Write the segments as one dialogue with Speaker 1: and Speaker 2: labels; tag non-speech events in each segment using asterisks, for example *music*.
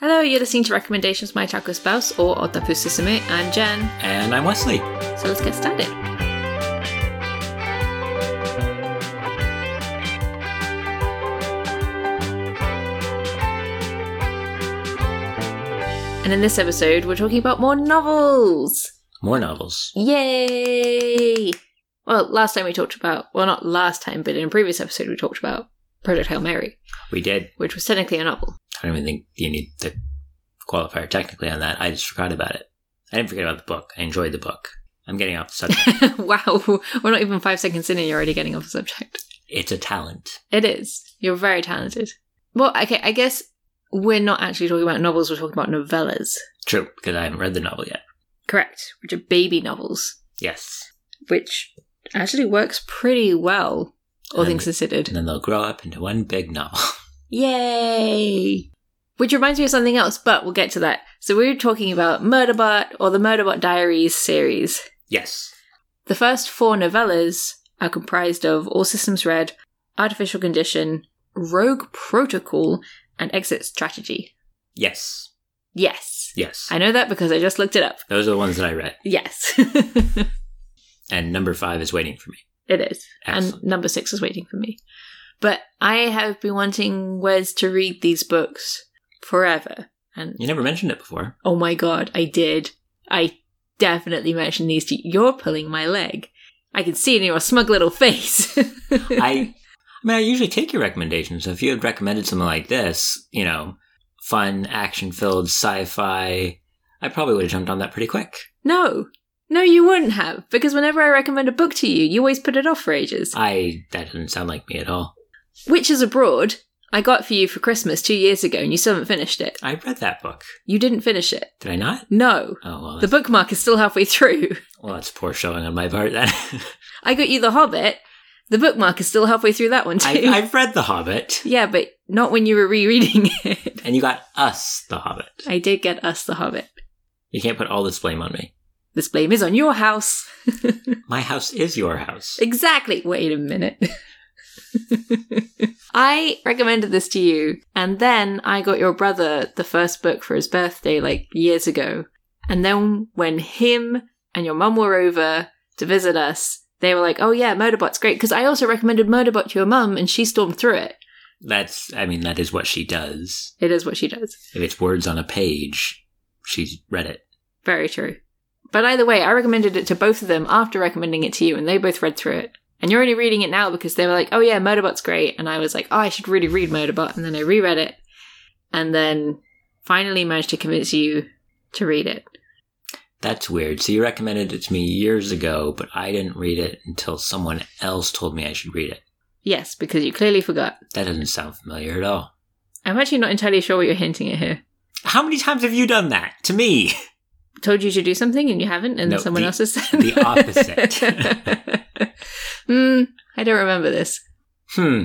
Speaker 1: Hello, you're listening to Recommendations from My Taco Spouse or Otapu Susumu. I'm Jen,
Speaker 2: And I'm Wesley.
Speaker 1: so let's get started. And in this episode, we're talking about more novels.
Speaker 2: More novels.
Speaker 1: Yay! Well, last time we talked about, well, not last time, but in a previous episode, we talked about Project Hail Mary,
Speaker 2: We did.
Speaker 1: which was technically a novel. *laughs*
Speaker 2: I don't even think you need the qualifier technically on that. I just forgot about it. I didn't forget about the book. I enjoyed the book. I'm getting off the subject.
Speaker 1: wow, we're not even five seconds in and you're already getting off the subject.
Speaker 2: it's a talent.
Speaker 1: It is. You're very talented. Well, okay, I guess we're not actually talking about novels, we're talking about novellas.
Speaker 2: True, because I haven't read the novel yet.
Speaker 1: Correct, which are baby novels,
Speaker 2: Yes.
Speaker 1: which actually works pretty well, all
Speaker 2: Um,
Speaker 1: things considered.
Speaker 2: And then they'll grow up into one big novel. *laughs*
Speaker 1: Yay! Which reminds me of something else, but we'll get to that. So we were talking about Murderbot or the Murderbot Diaries series.
Speaker 2: yes.
Speaker 1: The first four novellas are comprised of All Systems Red, Artificial Condition, Rogue Protocol, and Exit Strategy.
Speaker 2: Yes.
Speaker 1: Yes.
Speaker 2: Yes.
Speaker 1: I know that because I just looked it up.
Speaker 2: Those are the ones that I read.
Speaker 1: Yes. *laughs*
Speaker 2: And number five is waiting for me.
Speaker 1: it is.
Speaker 2: Excellent.
Speaker 1: And number six is waiting for me. But I have been wanting Wes to read these books forever. And
Speaker 2: you never mentioned it before.
Speaker 1: Oh my god, I did. I definitely mentioned these to you. You're pulling my leg. I can see it in your smug little face. *laughs*
Speaker 2: I, I mean, I usually take your recommendations. So if you had recommended something like this, you know, fun, action-filled, sci-fi, I probably would have jumped on that pretty quick.
Speaker 1: No. No, you wouldn't have, because whenever I recommend a book to you, you always put it off for ages.
Speaker 2: I that doesn't sound like me at all.
Speaker 1: Witches Abroad, I got for you for Christmas two years ago, and you still haven't finished it.
Speaker 2: I read that book.
Speaker 1: You didn't finish it.
Speaker 2: Did I not?
Speaker 1: No.
Speaker 2: Oh well,
Speaker 1: The
Speaker 2: that's,
Speaker 1: bookmark is still halfway through. *laughs*
Speaker 2: well, that's poor showing on my part. Then *laughs*
Speaker 1: I got you The Hobbit. The bookmark is still halfway through that one, too.
Speaker 2: I, I've read The Hobbit,
Speaker 1: *laughs* yeah, but not when you were rereading *laughs* it.
Speaker 2: and you got us The Hobbit.
Speaker 1: I did get us The Hobbit.
Speaker 2: You can't put all this blame on me.
Speaker 1: This blame is on your house.
Speaker 2: My house is your house.
Speaker 1: Exactly. Wait a minute. *laughs* I recommended this to you, and then I got your brother the first book for his birthday like years ago. And then when him and your mum were over to visit us, they were like, "Oh yeah, Murderbot's great." Because I also recommended Murderbot to your mum, and she stormed through it.
Speaker 2: That's I mean that is what she does.
Speaker 1: It is what she does.
Speaker 2: If it's words on a page, she's read it.
Speaker 1: Very true. But either way, I recommended it to both of them after recommending it to you, and they both read through it. And you're only reading it now because they were like, oh yeah, Murderbot's great. And I was like, oh, I should really read Murderbot. And then I reread it, and then finally managed to convince you to read it.
Speaker 2: That's weird. So you recommended it to me years ago, but I didn't read it until someone else told me I should read it.
Speaker 1: Yes, because you clearly forgot.
Speaker 2: That doesn't sound familiar at all.
Speaker 1: I'm actually not entirely sure what you're hinting at here.
Speaker 2: How many times have you done that to me? *laughs*
Speaker 1: Told you to do something and you haven't, and
Speaker 2: No,
Speaker 1: someone
Speaker 2: the-
Speaker 1: else has said
Speaker 2: the opposite.
Speaker 1: *laughs* Hmm, I don't remember this.
Speaker 2: Hmm.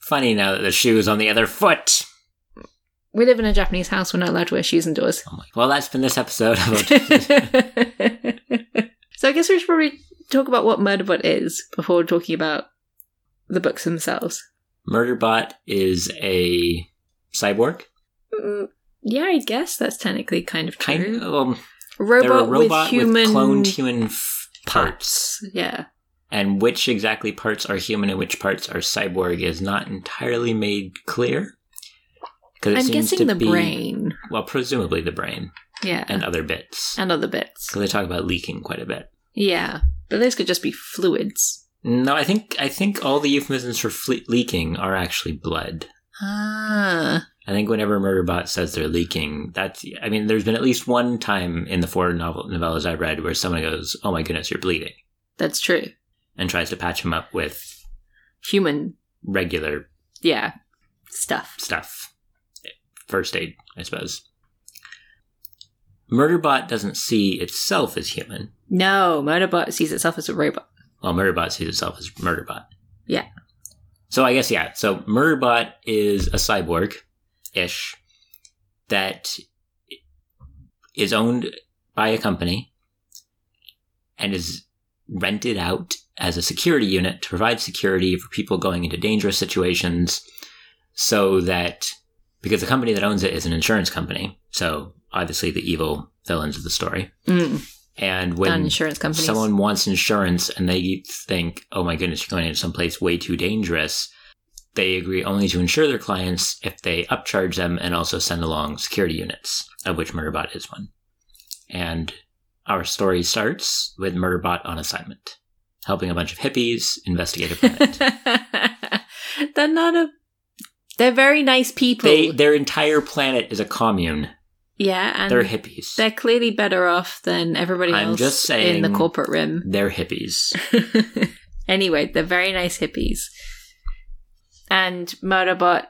Speaker 2: Funny now that the shoe is on the other foot.
Speaker 1: We live in a Japanese house. We're not allowed to wear shoes indoors.
Speaker 2: I'm like, well, that's been this
Speaker 1: *laughs*
Speaker 2: episode. Of
Speaker 1: so I guess we should probably talk about what Murderbot is before talking about the books themselves.
Speaker 2: Murderbot is a cyborg.
Speaker 1: Mm, yeah, I guess that's technically kind of true.
Speaker 2: Kind of. Um, they're a
Speaker 1: robot,
Speaker 2: robot
Speaker 1: with human
Speaker 2: cloned human f- parts.
Speaker 1: Yeah,
Speaker 2: And which exactly parts are human and which parts are cyborg is not entirely made clear. 'Cause it
Speaker 1: I'm
Speaker 2: seems
Speaker 1: guessing
Speaker 2: to
Speaker 1: the
Speaker 2: be-
Speaker 1: brain.
Speaker 2: Well, presumably the brain
Speaker 1: Yeah,
Speaker 2: and other bits.
Speaker 1: and other bits.
Speaker 2: Because they talk about leaking quite a bit.
Speaker 1: Yeah, but those could just be fluids.
Speaker 2: No, I think I think all the euphemisms for fle- leaking are actually blood.
Speaker 1: Ah,
Speaker 2: I think whenever Murderbot says they're leaking, that's. I mean, there's been at least one time in the four novel novellas I've read where someone goes, "Oh my goodness, you're bleeding,"
Speaker 1: that's true.
Speaker 2: and tries to patch him up with
Speaker 1: Human,
Speaker 2: regular
Speaker 1: yeah, stuff.
Speaker 2: stuff, first aid, I suppose. Murderbot doesn't see itself as human.
Speaker 1: No, Murderbot sees itself as a robot.
Speaker 2: Well, Murderbot sees itself as Murderbot.
Speaker 1: Yeah.
Speaker 2: So I guess yeah. So Murderbot is a cyborg, ish, that is owned by a company and is rented out as a security unit to provide security for people going into dangerous situations, so that because the company that owns it is an insurance company. So obviously the evil villains of the story.
Speaker 1: Mm.
Speaker 2: And
Speaker 1: Done
Speaker 2: when
Speaker 1: insurance companies.
Speaker 2: someone wants insurance and they think, oh my goodness, you're going into someplace way too dangerous, they agree only to insure their clients if they upcharge them and also send along security units, of which Murderbot is one. And our story starts with Murderbot on assignment, helping a bunch of hippies
Speaker 1: *laughs*
Speaker 2: investigate a planet.
Speaker 1: they're not a. They're very nice people.
Speaker 2: they, their entire planet is a commune.
Speaker 1: yeah, and
Speaker 2: They're
Speaker 1: they're,
Speaker 2: hippies.
Speaker 1: clearly better off than everybody
Speaker 2: I'm
Speaker 1: else
Speaker 2: just
Speaker 1: in the
Speaker 2: saying-
Speaker 1: corporate rim.
Speaker 2: They're hippies.
Speaker 1: *laughs* anyway, they're very nice hippies. And Murderbot.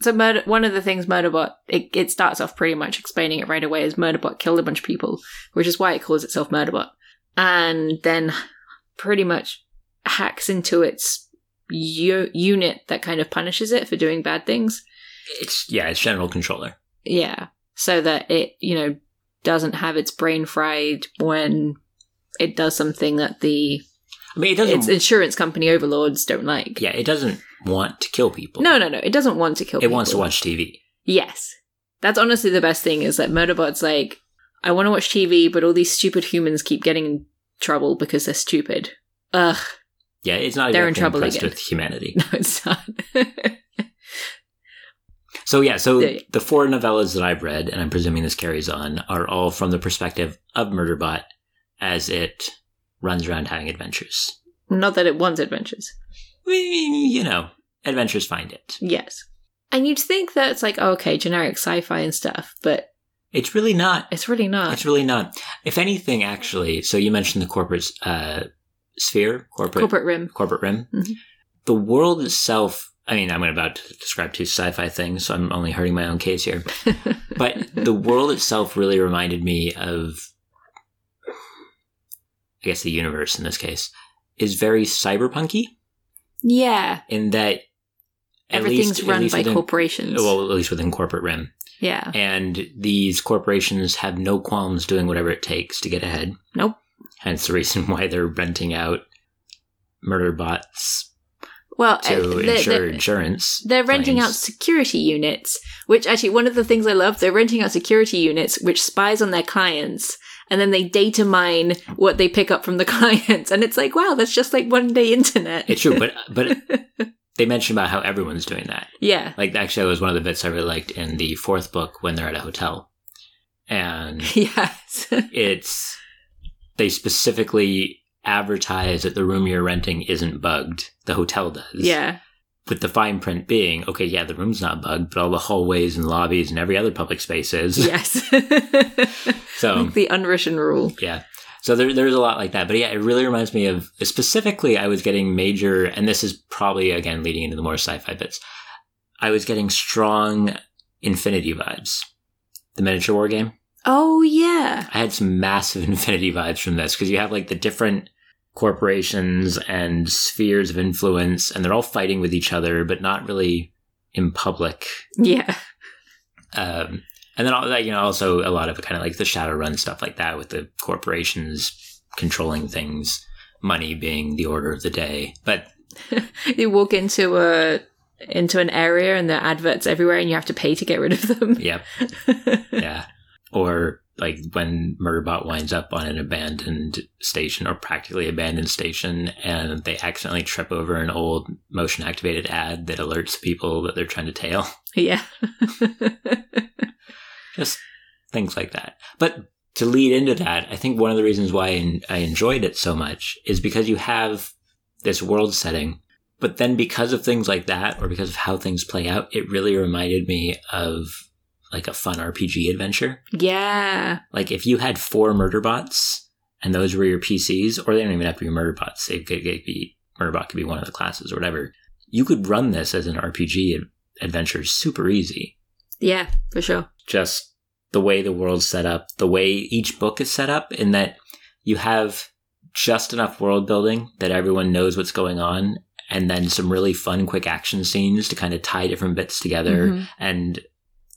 Speaker 1: So murder. One of the things Murderbot it, it starts off pretty much explaining it right away is Murderbot killed a bunch of people, which is why it calls itself Murderbot, and then pretty much hacks into its u- unit that kind of punishes it for doing bad things.
Speaker 2: It's yeah, it's general controller.
Speaker 1: Yeah. So that it, you know, doesn't have its brain fried when it does something that the
Speaker 2: I mean, it doesn't.
Speaker 1: its insurance company overlords don't like.
Speaker 2: yeah, it doesn't want to kill people.
Speaker 1: No, no, no. It doesn't want to kill
Speaker 2: it
Speaker 1: people.
Speaker 2: wants to watch TV.
Speaker 1: Yes. That's honestly the best thing is that Murderbot's like, I want to watch TV, but all these stupid humans keep getting in trouble because they're stupid. Ugh. *laughs*
Speaker 2: Yeah, it's not.
Speaker 1: They're in
Speaker 2: exactly
Speaker 1: trouble
Speaker 2: impressed
Speaker 1: again.
Speaker 2: with humanity.
Speaker 1: No, it's not. *laughs*
Speaker 2: So
Speaker 1: *laughs*
Speaker 2: yeah, so
Speaker 1: Yeah.
Speaker 2: the four novellas that I've read, and I'm presuming this carries on, are all from the perspective of Murderbot as it runs around having adventures.
Speaker 1: not that it wants adventures.
Speaker 2: We, you know, adventures find it.
Speaker 1: Yes. And you'd think that it's like, oh, okay, generic sci fi and stuff, but
Speaker 2: It's really not
Speaker 1: it's really not.
Speaker 2: It's really not. If anything, actually, so you mentioned the corporate uh, sphere, corporate corporate,
Speaker 1: Corporate rim.
Speaker 2: rim.
Speaker 1: Mhm.
Speaker 2: The world itself. I mean, I'm about to describe two sci-fi things, so I'm only hurting my own
Speaker 1: *laughs*
Speaker 2: case here. But the world itself really reminded me of, I guess, the universe in this case is very cyberpunky
Speaker 1: yeah.
Speaker 2: in that at
Speaker 1: Everything's
Speaker 2: least, at
Speaker 1: run
Speaker 2: least
Speaker 1: by
Speaker 2: within,
Speaker 1: corporations.
Speaker 2: Well, at least within corporate rim.
Speaker 1: yeah.
Speaker 2: and these corporations have no qualms doing whatever it takes to get ahead.
Speaker 1: Nope.
Speaker 2: Hence the reason *laughs* why they're renting out murder bots
Speaker 1: Well,
Speaker 2: to
Speaker 1: uh, they're,
Speaker 2: insure
Speaker 1: they're-
Speaker 2: insurance.
Speaker 1: they're renting out
Speaker 2: claims.
Speaker 1: security units, which actually, one of the things I love, they're renting out security units which spies on their clients and then they data mine what they pick up from the *laughs* clients. And it's like, wow, that's just like one day internet.
Speaker 2: *laughs*
Speaker 1: *laughs*
Speaker 2: It's true, but but they mentioned about how everyone's doing that.
Speaker 1: yeah.
Speaker 2: Like actually, that was one of the bits I really liked in the fourth book when they're at a hotel, and
Speaker 1: Yes.
Speaker 2: it's they specifically advertise that the room you're renting isn't bugged. The hotel does.
Speaker 1: yeah.
Speaker 2: with the fine print being okay, yeah, the room's not bugged, but all the hallways and lobbies and every other public space is.
Speaker 1: Yes.
Speaker 2: *laughs*
Speaker 1: *laughs*
Speaker 2: So
Speaker 1: the unwritten rule.
Speaker 2: yeah, so there, there's a lot like that. But yeah, it really reminds me of specifically, I was getting major, and this is probably again leading into the more sci-fi bits. I was getting strong Infinity vibes. The miniature war game.
Speaker 1: Oh, yeah.
Speaker 2: I had some massive *laughs* Infinity vibes from this because you have like the different corporations and spheres of influence, and they're all fighting with each other, but not really in public.
Speaker 1: Yeah.
Speaker 2: Um, and then all that, you know, also a lot of kind of like the Shadowrun stuff like that with the corporations controlling things, money being the order of the day. But
Speaker 1: You walk into a into an area and there are adverts everywhere and you have to pay to get rid of them. *laughs*
Speaker 2: yeah, yeah. Or like when Murderbot winds up on an abandoned station or practically abandoned station and they accidentally trip over an old motion activated ad that alerts people that they're trying to tail.
Speaker 1: yeah. *laughs*
Speaker 2: just things like that. But to lead into that, I think one of the reasons why I- I enjoyed it so much is because you have this world setting, but then because of things like that or because of how things play out, it really reminded me of like a fun RPG adventure.
Speaker 1: yeah.
Speaker 2: Like if you had four murder bots and those were your PCs, or they don't even have to be murder bots. They could could be murderbot could be one of the classes or whatever. You could run this as an RPG ad- adventure super easy
Speaker 1: Yeah, for sure.
Speaker 2: just the way the world's set up, the way each book is set up, in that you have just enough world building that everyone knows what's going on, and then some really fun, quick action scenes to kind of tie different bits together.
Speaker 1: Mhm.
Speaker 2: And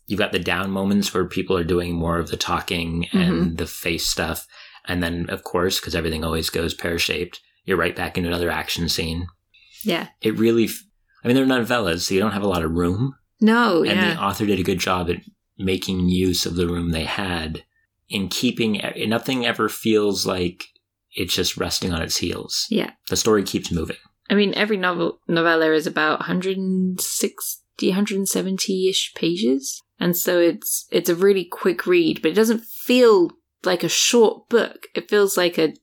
Speaker 2: you've got the down moments where people are doing more of the talking and the face stuff. And then, of course, because everything always goes pear shaped, you're right back into another action scene.
Speaker 1: Yeah.
Speaker 2: It really, f- I mean, they're novellas, so you don't have a lot of room
Speaker 1: No,
Speaker 2: and
Speaker 1: yeah.
Speaker 2: the author did a good job at making use of the room they had in keeping e-, nothing ever feels like it's just resting on its heels.
Speaker 1: Yeah.
Speaker 2: The story keeps moving.
Speaker 1: I mean, every novel novella is about 160, 170 ish pages, and so it's it's a really quick read, but it doesn't feel like a short book. It feels like a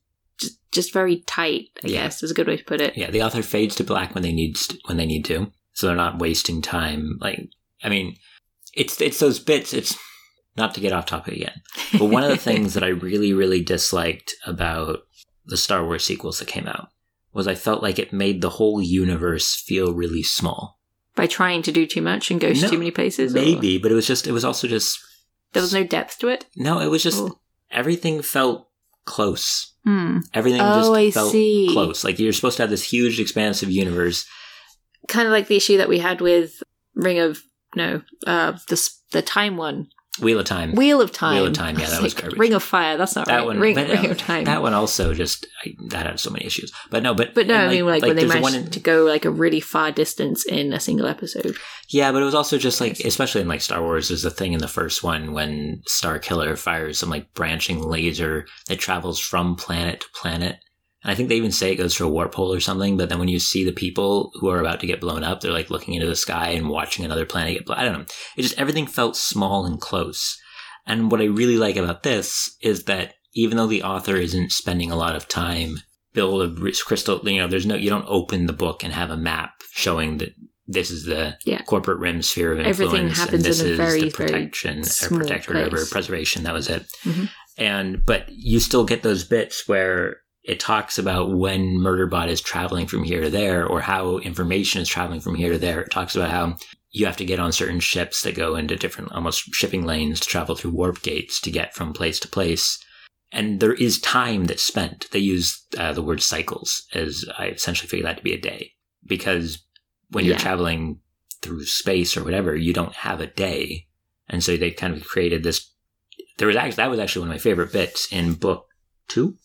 Speaker 1: just, just very tight. I
Speaker 2: Yeah.
Speaker 1: guess is a good way to put it.
Speaker 2: Yeah, the author fades to black when they need st- when they need to. So they're not wasting time like I mean, it's it's those bits it's not to get off topic again. But one
Speaker 1: *laughs*
Speaker 2: of the things that I really, really disliked about the Star Wars sequels that came out was I felt like it made the whole universe feel really small.
Speaker 1: by trying to do too much and go to
Speaker 2: No,
Speaker 1: too many places, or-
Speaker 2: Maybe, but it was just it was also just
Speaker 1: there was no depth to it.
Speaker 2: no, it was just
Speaker 1: Or-
Speaker 2: everything felt close.
Speaker 1: Hmm.
Speaker 2: Everything
Speaker 1: Oh,
Speaker 2: just
Speaker 1: I
Speaker 2: felt
Speaker 1: see.
Speaker 2: close. Like you're supposed to have this huge expansive universe.
Speaker 1: Kind of like the issue that we had with Ring of No, uh, the s- the time one,
Speaker 2: Wheel of Time.
Speaker 1: Wheel of Time,
Speaker 2: Wheel of Time, yeah, that was garbage.
Speaker 1: Ring of Fire. That's not
Speaker 2: that
Speaker 1: right.
Speaker 2: one,
Speaker 1: Ring,
Speaker 2: but,
Speaker 1: Ring of Time.
Speaker 2: That one also just I, that had so many issues. But no, but
Speaker 1: But no,
Speaker 2: and
Speaker 1: I mean, like, when they
Speaker 2: there's
Speaker 1: managed
Speaker 2: in-
Speaker 1: to go like a really far distance in a single episode.
Speaker 2: yeah, but it was also just like, especially in like Star Wars, there's a thing in the first one when Star Killer fires some like branching laser that travels from planet to planet. And I think they even say it goes through a warp hole or something. But then when you see the people who are about to get blown up, they're like looking into the sky and watching another planet get blown. I don't know. It just everything felt small and close. And what I really like about this is that even though the author isn't spending a lot of time build a r- crystal, you know, there's no, you don't open the book and have a map showing that this is the
Speaker 1: Yeah.
Speaker 2: corporate rim sphere of influence.
Speaker 1: Everything happens
Speaker 2: and this
Speaker 1: in a
Speaker 2: is
Speaker 1: very,
Speaker 2: the
Speaker 1: very
Speaker 2: protection
Speaker 1: small
Speaker 2: or protectorate or
Speaker 1: place.
Speaker 2: preservation. That was it.
Speaker 1: Mhm.
Speaker 2: And, but you still get those bits where it talks about when Murderbot is traveling from here to there or how information is traveling from here to there. It talks about how you have to get on certain ships that go into different almost shipping lanes to travel through warp gates to get from place to place and there is time that's spent they use uh, the word cycles as i essentially figure that to be a day because when you're
Speaker 1: Yeah.
Speaker 2: traveling through space or whatever you don't have a day and so they kind of created this there was actually that was actually one of my favorite bits in book two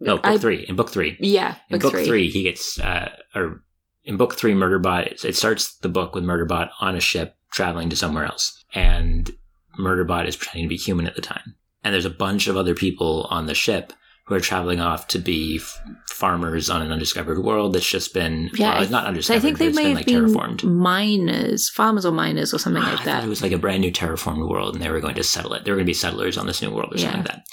Speaker 2: no book
Speaker 1: I-
Speaker 2: three in book three
Speaker 1: Yeah,
Speaker 2: in book, three. he gets uh, or in book three, Murderbot. It, it starts the book with Murderbot on a ship traveling to somewhere else, and Murderbot is pretending to be human at the time. And there's a bunch of other people on the ship who are traveling off to be f- farmers on an undiscovered world that's just been
Speaker 1: Yeah,
Speaker 2: well,
Speaker 1: I-
Speaker 2: it's not
Speaker 1: So I
Speaker 2: undiscovered.
Speaker 1: think they
Speaker 2: but it's
Speaker 1: may
Speaker 2: been
Speaker 1: have
Speaker 2: like
Speaker 1: been
Speaker 2: terraformed.
Speaker 1: miners, farmers or miners or something
Speaker 2: Ah,
Speaker 1: like
Speaker 2: I thought
Speaker 1: that.
Speaker 2: it was like a brand new terraformed world, and they were going to settle it. There were going to be settlers on this new world or something
Speaker 1: Yeah.
Speaker 2: like that.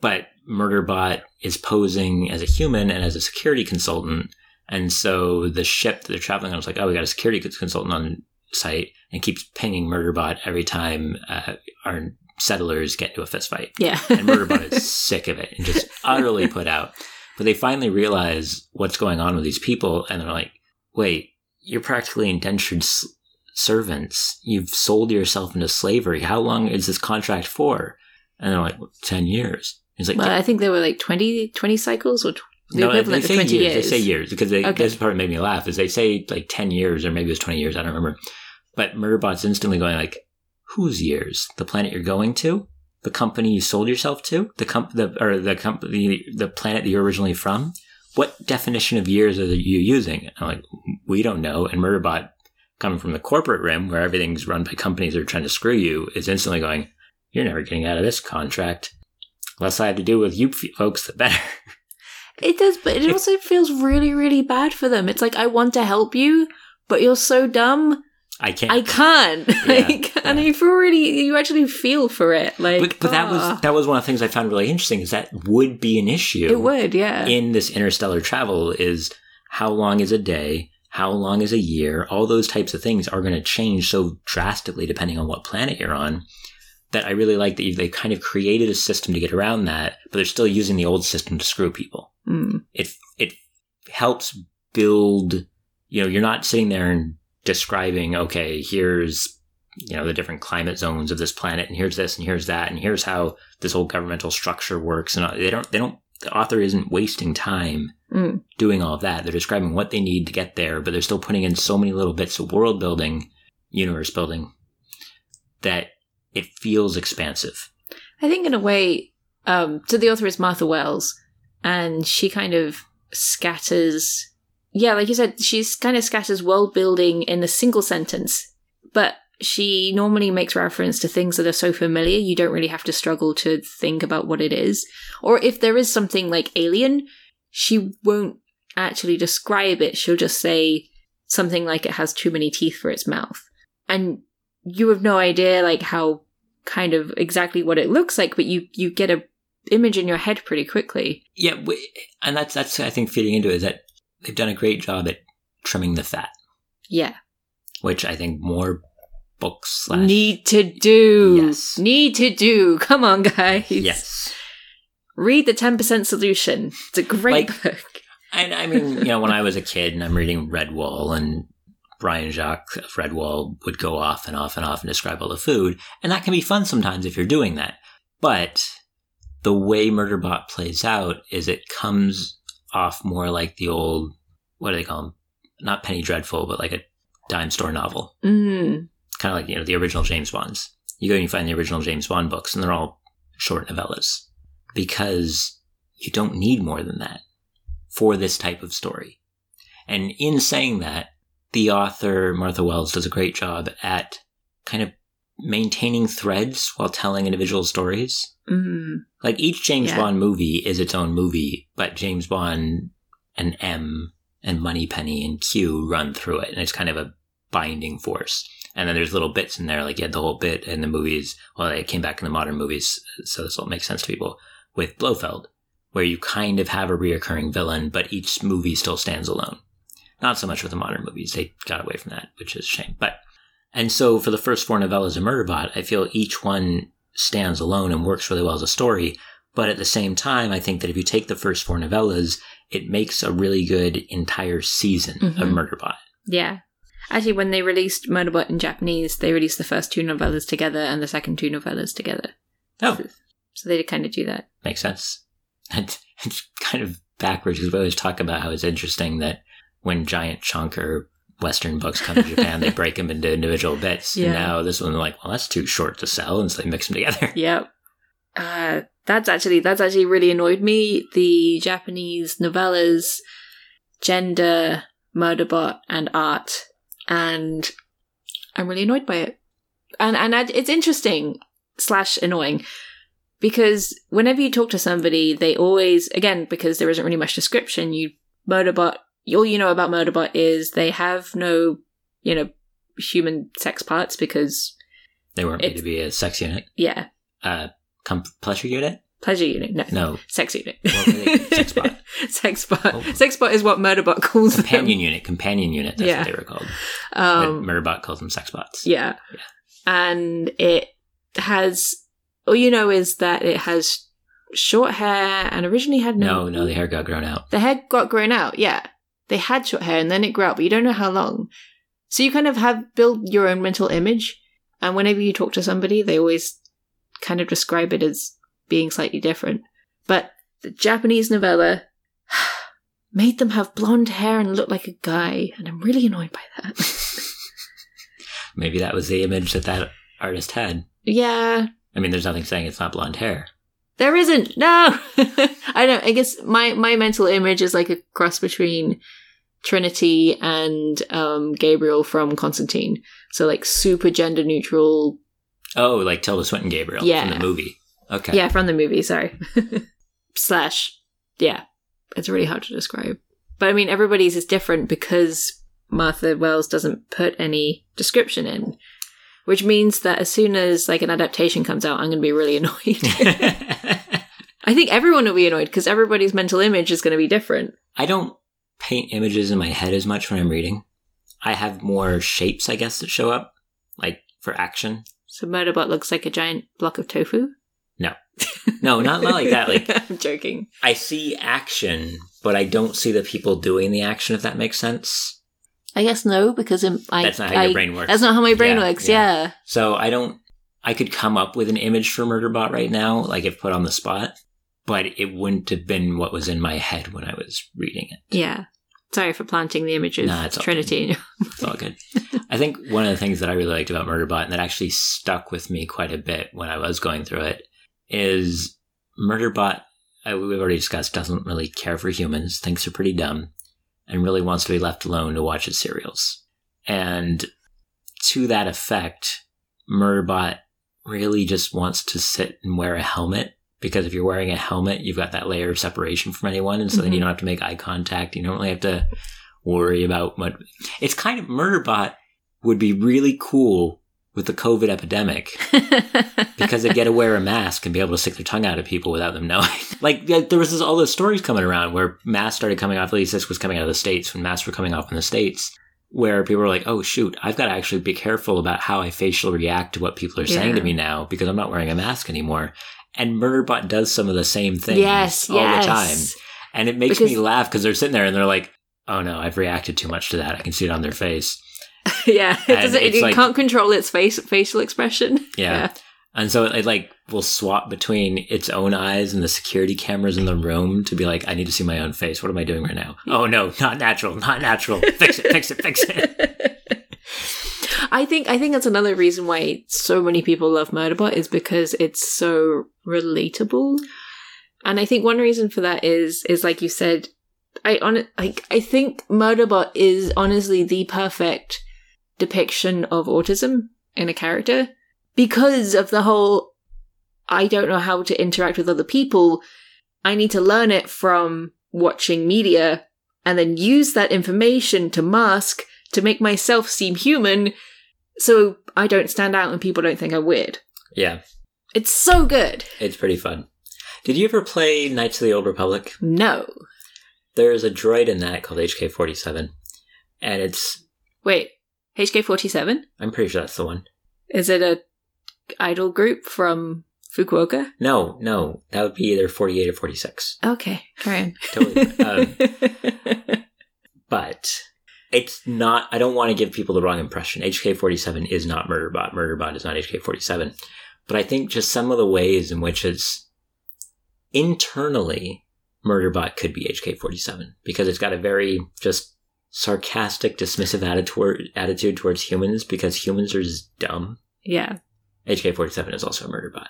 Speaker 2: But Murderbot is posing as a human and as a security consultant, and so the ship that they're traveling on is like, oh, we got a security consultant on site, and keeps pinging Murderbot every time uh, our settlers get into a fist fight
Speaker 1: yeah,
Speaker 2: *laughs* and Murderbot is sick of it and just utterly put out. But they finally realize what's going on with these people, and they're like, "Wait, you're practically indentured s- servants. You've sold yourself into slavery. How long is this contract for?" And they're like, "10 years." He's
Speaker 1: *laughs*
Speaker 2: like,
Speaker 1: well, I think there were like 20, 20 cycles or tw- the
Speaker 2: no, they
Speaker 1: equivalent of
Speaker 2: say
Speaker 1: 20
Speaker 2: years. They
Speaker 1: years.
Speaker 2: say years because they,
Speaker 1: Okay.
Speaker 2: this part made me laugh. Is they say like ten years or maybe it was twenty years. I don't remember. But Murderbot's instantly going like, "Whose years? The planet you're going to? The company you sold yourself to? The comp the or the company the planet that you're originally from? What definition of years are you using?" And I'm like, "We don't know." And Murderbot, coming from the corporate rim where everything's run by companies that are trying to screw you, is instantly going, "You're never getting out of this contract." Less I have to do with you f- folks, the better. *laughs*
Speaker 1: It does, but it also feels really, really bad for them. It's like I want to help you, but you're so dumb.
Speaker 2: I can't.
Speaker 1: I can't. *laughs* like, and
Speaker 2: yeah.
Speaker 1: you feel really, you actually feel for it. Like,
Speaker 2: but, but that
Speaker 1: ah.
Speaker 2: was that was one of the things I found really interesting is that would be an issue
Speaker 1: it would, yeah.
Speaker 2: in this interstellar travel is how long is a day how long is a year all those types of things are going to change so drastically depending on what planet you're on that I really like that you- they kind of created a system to get around that but they're still using the old system to screw people
Speaker 1: Mm.
Speaker 2: it it helps build you know you're not sitting there and describing okay here's you know the different climate zones of this planet and here's this and here's that and here's how this whole governmental structure works and all- they don't they don't the author isn't wasting time
Speaker 1: Mm.
Speaker 2: doing all of that they're describing what they need to get there but they're still putting in so many little bits of world building universe building that it feels expansive
Speaker 1: I think in a way, um, so the author is Martha Wells, and she kind of scatters. Yeah, like you said, she's kind of scatters world building in a single sentence, but she normally makes reference to things that are so familiar you don't really have to struggle to think about what it is. Or if there is something like alien, she won't actually describe it. She'll just say something like it has too many teeth for its mouth. And you have no idea like how kind of exactly what it looks like, but you you get a image in your head pretty quickly.
Speaker 2: Yeah, w- and that's that's I think feeding into it is that they've done a great job at trimming the fat,
Speaker 1: Yeah.
Speaker 2: which I think more books slash
Speaker 1: Need to do.
Speaker 2: Yes.
Speaker 1: Need to do. Come on, guys.
Speaker 2: yes.
Speaker 1: Read the 10% solution. It's a great
Speaker 2: Like-
Speaker 1: book.
Speaker 2: And I mean, you know, when I was a kid and I'm reading Redwall and Brian Jacques of Redwall would go off and off and off and describe all the food. And that can be fun sometimes if you're doing that. But the way Murderbot plays out is it comes off more like the old, what do they call them? Not Penny Dreadful, but like a dime store novel.
Speaker 1: Mm.
Speaker 2: Kind of like, you know, the original James Bonds. You go and you find the original James Bond books and they're all short novellas because you don't need more than that for this type of story. And in saying that, the author, Martha Wells, does a great job at kind of maintaining threads while telling individual stories.
Speaker 1: Mm.
Speaker 2: Like each James
Speaker 1: Yeah.
Speaker 2: Bond movie is its own movie, but James Bond and M and Moneypenny and Q run through it, and it's kind of a binding force. And then there's little bits in there, like you had the whole bit in the movies. Well, it came back in the modern movies, so this will make sense to people with Blofeld, where you kind of have a reoccurring villain, but each movie still stands alone. Not so much with the modern movies; they got away from that, which is a shame. But and so for the first four novellas of Murderbot, I feel each one stands alone and works really well as a story. But at the same time, I think that if you take the first four novellas, it makes a really good entire season of
Speaker 1: Mhm.
Speaker 2: Murderbot.
Speaker 1: Yeah. Actually, when they released Murderbot in Japanese, they released the first two novellas together and the second two novellas together.
Speaker 2: Oh,
Speaker 1: So they kind of do that.
Speaker 2: makes sense. *laughs* And it's kind of backwards because we always talk about how it's interesting that when giant chunk or Western
Speaker 1: *laughs*
Speaker 2: books come to Japan, they break them into individual bits.
Speaker 1: Yeah.
Speaker 2: And now this one, they're like, well, that's too short to sell, and so they mix them together. *laughs*
Speaker 1: Yep. Uh, that's actually that's actually really annoyed me. The Japanese novellas, gender, murderbot, and art, and I'm really annoyed by it. And and I, it's interesting slash annoying because whenever you talk to somebody, they always again because there isn't really much description. You murderbot, all you know about murderbot is they have no, you know, human sex parts because
Speaker 2: They weren't made
Speaker 1: It's-
Speaker 2: to be a sex unit,
Speaker 1: yeah,
Speaker 2: uh, com- pleasure unit.
Speaker 1: pleasure unit, no,
Speaker 2: No,
Speaker 1: sex unit. *laughs*
Speaker 2: Well, really, sex bot.
Speaker 1: sex bot.
Speaker 2: Oh.
Speaker 1: Sex bot is what Murderbot calls
Speaker 2: companion unit. Companion unit. That's
Speaker 1: Yeah.
Speaker 2: what they were called.
Speaker 1: them. *laughs* Um,
Speaker 2: but Murderbot calls them sex bots.
Speaker 1: yeah.
Speaker 2: Yeah.
Speaker 1: And it has, all you know is that it has short hair and originally had no.
Speaker 2: No, no, the hair got grown out.
Speaker 1: The hair got grown out, yeah. They had short hair and then it grew out, but you don't know how long. So you kind of have build your own mental image. And whenever you talk to somebody, they always kind of describe it as being slightly different. But the Japanese novella *sighs* made them have blonde hair and look like a guy, and I'm really annoyed by that. *laughs*
Speaker 2: Maybe that was the image that that artist had.
Speaker 1: yeah,
Speaker 2: I mean, there's nothing saying it's not blonde hair.
Speaker 1: There isn't. No. *laughs* I don't. I guess my my mental image is like a cross between Trinity and um, Gabriel from Constantine. So like super gender neutral.
Speaker 2: Oh, like Tilda Swinton Gabriel
Speaker 1: Yeah.
Speaker 2: from the movie. Okay.
Speaker 1: Yeah, from the movie. Sorry. *laughs* Slash. Yeah, it's really hard to describe. But I mean, everybody's is different because Martha Wells doesn't put any description in, which means that as soon as like an adaptation comes out, I'm going to be really *laughs*
Speaker 2: *laughs*
Speaker 1: annoyed. I think everyone will be annoyed because everybody's mental image is going to be different.
Speaker 2: I don't paint images in my head as much when I'm reading. I have more shapes, I guess, that show up, like for action.
Speaker 1: So Murderbot looks like a giant block of tofu.
Speaker 2: No, not, not like that.
Speaker 1: *laughs*
Speaker 2: Like
Speaker 1: I'm joking.
Speaker 2: I see action, but I don't see the people doing the action. If that makes sense,
Speaker 1: I guess no, because i I,
Speaker 2: that's not how your
Speaker 1: I-
Speaker 2: brain works.
Speaker 1: That's not how my brain
Speaker 2: Yeah,
Speaker 1: works.
Speaker 2: yeah.
Speaker 1: Yeah.
Speaker 2: So I don't. I could come up with an image for Murderbot right now, like if put on the spot, but it wouldn't have been what was in my head when I was reading it.
Speaker 1: yeah, Sorry for planting the image of
Speaker 2: Nah, it's okay.
Speaker 1: Trinity.
Speaker 2: It's all good. I think one of the things that I really liked about Murderbot and that actually stuck with me quite a bit when I was going through it is Murderbot, uh, we've already discussed, doesn't really care for humans, thinks they're pretty dumb, and really wants to be left alone to watch his serials. And to that effect, Murderbot really just wants to sit and wear a helmet because if you're wearing a helmet, you've got that layer of separation from anyone, and so then you
Speaker 1: Mhm.
Speaker 2: don't have to make eye contact. You don't really have to worry about what. It's kind of Murderbot would be really cool with the
Speaker 1: *laughs*
Speaker 2: COVID epidemic because they get to wear a mask and be able to stick their tongue out at people without them knowing. *laughs* like yeah, there was this, all those stories coming around where masks started coming off. At least this was coming out of the states when masks were coming off in the states, where people were like, "Oh shoot, I've got to actually be careful about how I facial react to what people are saying to
Speaker 1: Yeah.
Speaker 2: me now because I'm not wearing a mask anymore." And Murderbot does some of the same things
Speaker 1: yes,
Speaker 2: all
Speaker 1: yes.
Speaker 2: the time, and it makes me
Speaker 1: Because-
Speaker 2: laugh because they're sitting there and they're like, "Oh no, I've reacted too much to that. I can see it on their face."
Speaker 1: *laughs* yeah, it,
Speaker 2: And
Speaker 1: doesn't, it,
Speaker 2: it's like-
Speaker 1: can't control its face facial expression.
Speaker 2: Yeah.
Speaker 1: *laughs* Yeah.
Speaker 2: And so it like will swap between its own eyes and the security cameras in the room to be like, I need to see my own face. What am I doing right now? Oh no, not natural, not natural. fix it, fix it, fix
Speaker 1: *laughs*
Speaker 2: it.
Speaker 1: I think I think that's another reason why so many people love Murderbot is because it's so relatable. And I think one reason for that is is like you said, I on like I think Murderbot is honestly the perfect depiction of autism in a character because of the whole I don't know how to interact with other people. I need to learn it from watching media and then use that information to mask to make myself seem human so I don't stand out and people don't think I'm weird.
Speaker 2: Yeah,
Speaker 1: It's so good.
Speaker 2: it's pretty fun. Did you ever play Knights of the Old Republic?
Speaker 1: No.
Speaker 2: There's a droid in that called HK forty seven. And it's
Speaker 1: Wait, HK47?
Speaker 2: I'm pretty sure that's the one.
Speaker 1: Is it a idol group from Fukuoka?
Speaker 2: No, no, that would be either forty eight or forty six.
Speaker 1: Okay, carry on.
Speaker 2: Totally.
Speaker 1: *laughs*
Speaker 2: um, but it's not i don't want to give people the wrong impression hk47 is not murderbot murderbot is not hk47 but i think just some of the ways in which it's internally murderbot could be hk47 because it's got a very just sarcastic dismissive attitude attitude towards humans because humans are just dumb
Speaker 1: yeah. *laughs*
Speaker 2: hk47 is also a murderbot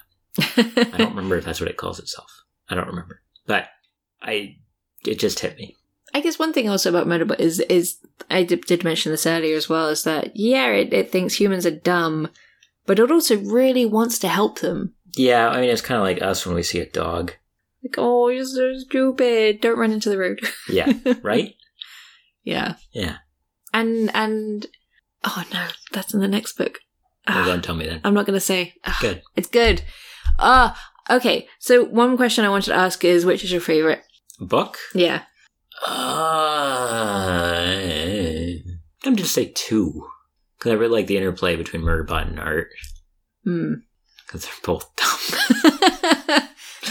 Speaker 1: *laughs*
Speaker 2: I don't
Speaker 1: I,
Speaker 2: remember if that's what it calls itself. I don't remember. But I it just hit me.
Speaker 1: guess one thing also about Murderbot is, is I did, did mention this earlier as well, is that, yeah, it, it thinks humans are dumb, but it also really wants to help them.
Speaker 2: Yeah, I mean it's kind of like us when we see a dog.
Speaker 1: Like, oh, you're so stupid. Don't run into the road. *laughs*
Speaker 2: Yeah, right?
Speaker 1: Yeah.
Speaker 2: Yeah.
Speaker 1: And and oh no, that's in the next book.
Speaker 2: Well,
Speaker 1: Ah,
Speaker 2: don't tell me then.
Speaker 1: I'm not gonna say. Ah,
Speaker 2: Good.
Speaker 1: It's good. Ah, okay. So one question I wanted to ask is which is your favorite?
Speaker 2: Book?
Speaker 1: Yeah.
Speaker 2: Uh, I'm just say two. Because I really like the interplay between Murderbot and Art.
Speaker 1: Hmm. *laughs*
Speaker 2: Because they're both *laughs* dumb.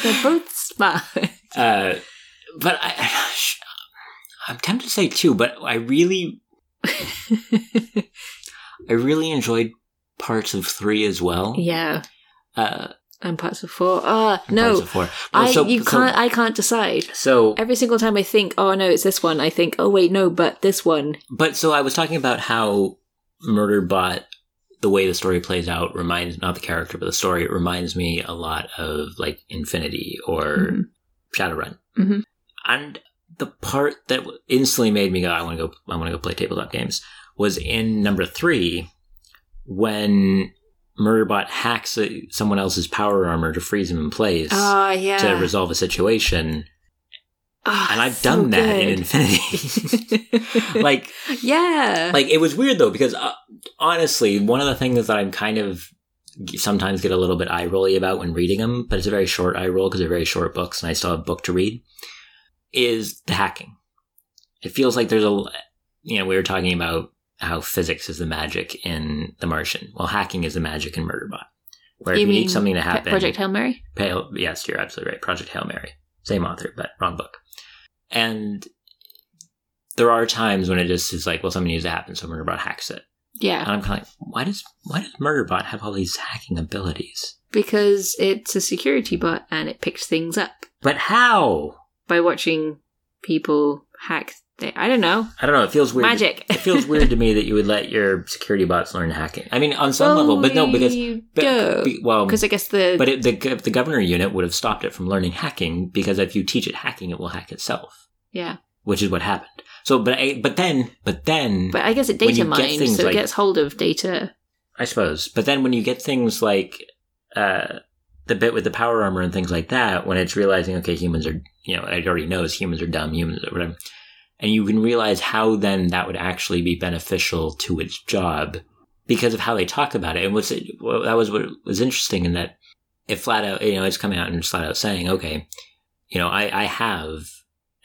Speaker 1: They're both smart. *laughs*
Speaker 2: Uh, but I, I'm tempted to say two, but I really, I really enjoyed parts of three as well.
Speaker 1: yeah.
Speaker 2: Uh,
Speaker 1: And parts of four. Ah,
Speaker 2: and parts
Speaker 1: no.
Speaker 2: of four. No,
Speaker 1: I
Speaker 2: so-
Speaker 1: you
Speaker 2: so-
Speaker 1: can't. I can't decide.
Speaker 2: So,
Speaker 1: Every single time I think, oh no, it's this one. I think, oh wait, no, but this one.
Speaker 2: but so I was talking about how Murderbot, the way the story plays out, reminds not the character but the story it reminds me a lot of like Infinity or
Speaker 1: Mhm.
Speaker 2: Shadowrun,
Speaker 1: Mhm.
Speaker 2: and the part that instantly made me go, I want to go, I want to go play tabletop games, was in number three when Murderbot hacks uh, someone else's power armor to freeze him in place.
Speaker 1: Ah, yeah.
Speaker 2: to resolve a situation,
Speaker 1: Ah,
Speaker 2: and I've
Speaker 1: so
Speaker 2: done that in
Speaker 1: good.
Speaker 2: Infinity. *laughs*
Speaker 1: *laughs*
Speaker 2: like,
Speaker 1: yeah.
Speaker 2: like it was weird though because uh, honestly one of the things that i'm kind of sometimes get a little bit eye rolly about when reading them but it's a very short eye roll because they're very short books and i still have a book to read is the hacking it feels like there's a you know we were talking about how physics is the magic in the martian well hacking is the magic in murderbot where if you need something to
Speaker 1: Pe-
Speaker 2: happen
Speaker 1: Project Hail Mary?
Speaker 2: Pale, yes, you're absolutely right. Project Hail Mary. Same author, but wrong book. And there are times when it just is like, well, something needs to happen, so Murderbot hacks it. And
Speaker 1: Yeah,
Speaker 2: I'm kind of like, why does why does Murderbot have all these hacking abilities?
Speaker 1: because it's a security bot and it picks things up
Speaker 2: But how?
Speaker 1: by watching people hack. They- I don't know.
Speaker 2: I don't know. It feels weird.
Speaker 1: Magic.
Speaker 2: it feels weird to me that you would let your security bots learn hacking. I mean, on some
Speaker 1: *laughs*
Speaker 2: level, but no, because but- be- well,
Speaker 1: because I guess the
Speaker 2: but it, the the governor unit would have stopped it from learning hacking because if you teach it hacking, it will hack itself.
Speaker 1: yeah
Speaker 2: which is what happened. So, but I, but then, but then,
Speaker 1: But I guess it
Speaker 2: When
Speaker 1: data
Speaker 2: you get
Speaker 1: mined,
Speaker 2: things
Speaker 1: so it
Speaker 2: like-
Speaker 1: gets hold of data.
Speaker 2: I suppose. But then when you get things like uh, the bit with the power armor and things like that, when it's realizing, okay, humans are, you know, it already knows humans are dumb, humans or whatever, and you can realize how then that would actually be beneficial to its job because of how they talk about it. And what's it, well, that was what was interesting in that it flat out, you know, it's coming out and it's flat out saying, okay, you know, I, I have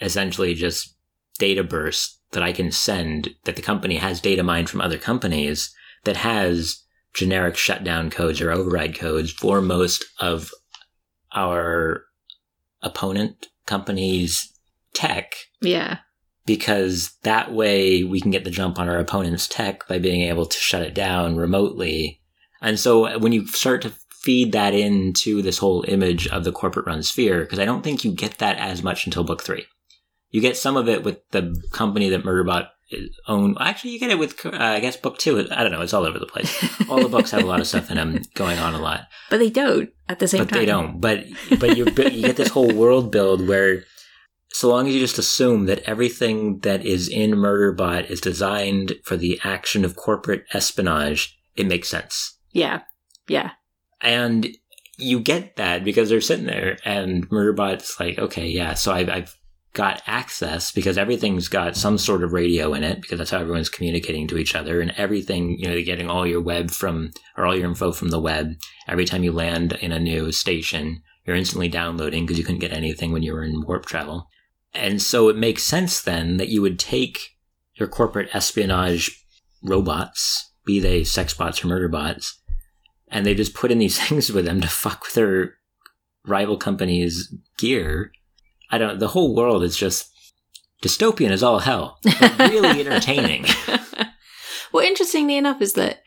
Speaker 2: essentially just data bursts that I can send that the company has data mined from other companies that has generic shutdown codes or override codes for most of our opponent companies' tech
Speaker 1: Yeah.
Speaker 2: because that way we can get the jump on our opponent's tech by being able to shut it down remotely. And so when you start to feed that into this whole image of the corporate run sphere, because I don't think you get that as much until book three. You get some of it with the company that Murderbot is- own. Actually, you get it with, uh, I guess, book two. I don't know. It's all over the place. *laughs* All the books have a lot of stuff in them going on a lot
Speaker 1: *laughs* But they don't at the same
Speaker 2: but
Speaker 1: time.
Speaker 2: they don't. But but you bu- you get this whole world build where, so long as you just assume that everything that is in Murderbot is designed for the action of corporate espionage, it makes sense.
Speaker 1: Yeah. Yeah. *laughs*
Speaker 2: And you get that because they're sitting there, and Murderbot's like, okay, yeah, so I, I've got access because everything's got some sort of radio in it because that's how everyone's communicating to each other, and everything you know, you're getting all your web from or all your info from the web. Every time you land in a new station, you're instantly downloading because you couldn't get anything when you were in warp travel. And so it makes sense then that you would take your corporate espionage robots, be they sex bots or murder bots, and they just put in these *laughs* things with them to fuck with their rival companies' gear. I don't. The whole world is just dystopian as all hell, but really entertaining.
Speaker 1: well, interestingly enough, is that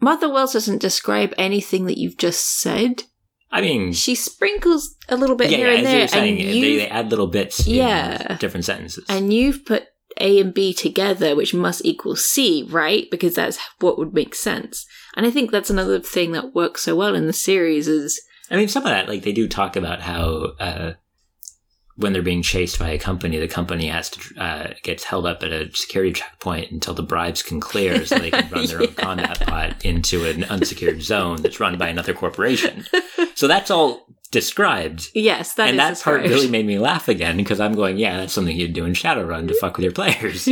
Speaker 1: Mother Wells doesn't describe anything that you've just said.
Speaker 2: I mean,
Speaker 1: She sprinkles a little bit
Speaker 2: Mm. yeah,
Speaker 1: here
Speaker 2: yeah,
Speaker 1: and
Speaker 2: as you
Speaker 1: there,
Speaker 2: were saying,
Speaker 1: and
Speaker 2: they,
Speaker 1: you've
Speaker 2: they add little bits, in
Speaker 1: Yeah.
Speaker 2: different sentences.
Speaker 1: and you've put A and B together, which must equal C, right? Because that's what would make sense. And I think that's another thing that works so well in the series is
Speaker 2: I mean, some of that, like they do talk about how uh, when they're being chased by a company, the company has to uh, gets held up at a security checkpoint until the bribes can clear, so they can run their own
Speaker 1: *laughs* Yeah.
Speaker 2: combat bot into an unsecured zone that's run by another corporation. So that's all described.
Speaker 1: yes, that is
Speaker 2: and that part
Speaker 1: described.
Speaker 2: really made me laugh again because I'm going, yeah, that's something you'd do in Shadowrun to fuck with your players.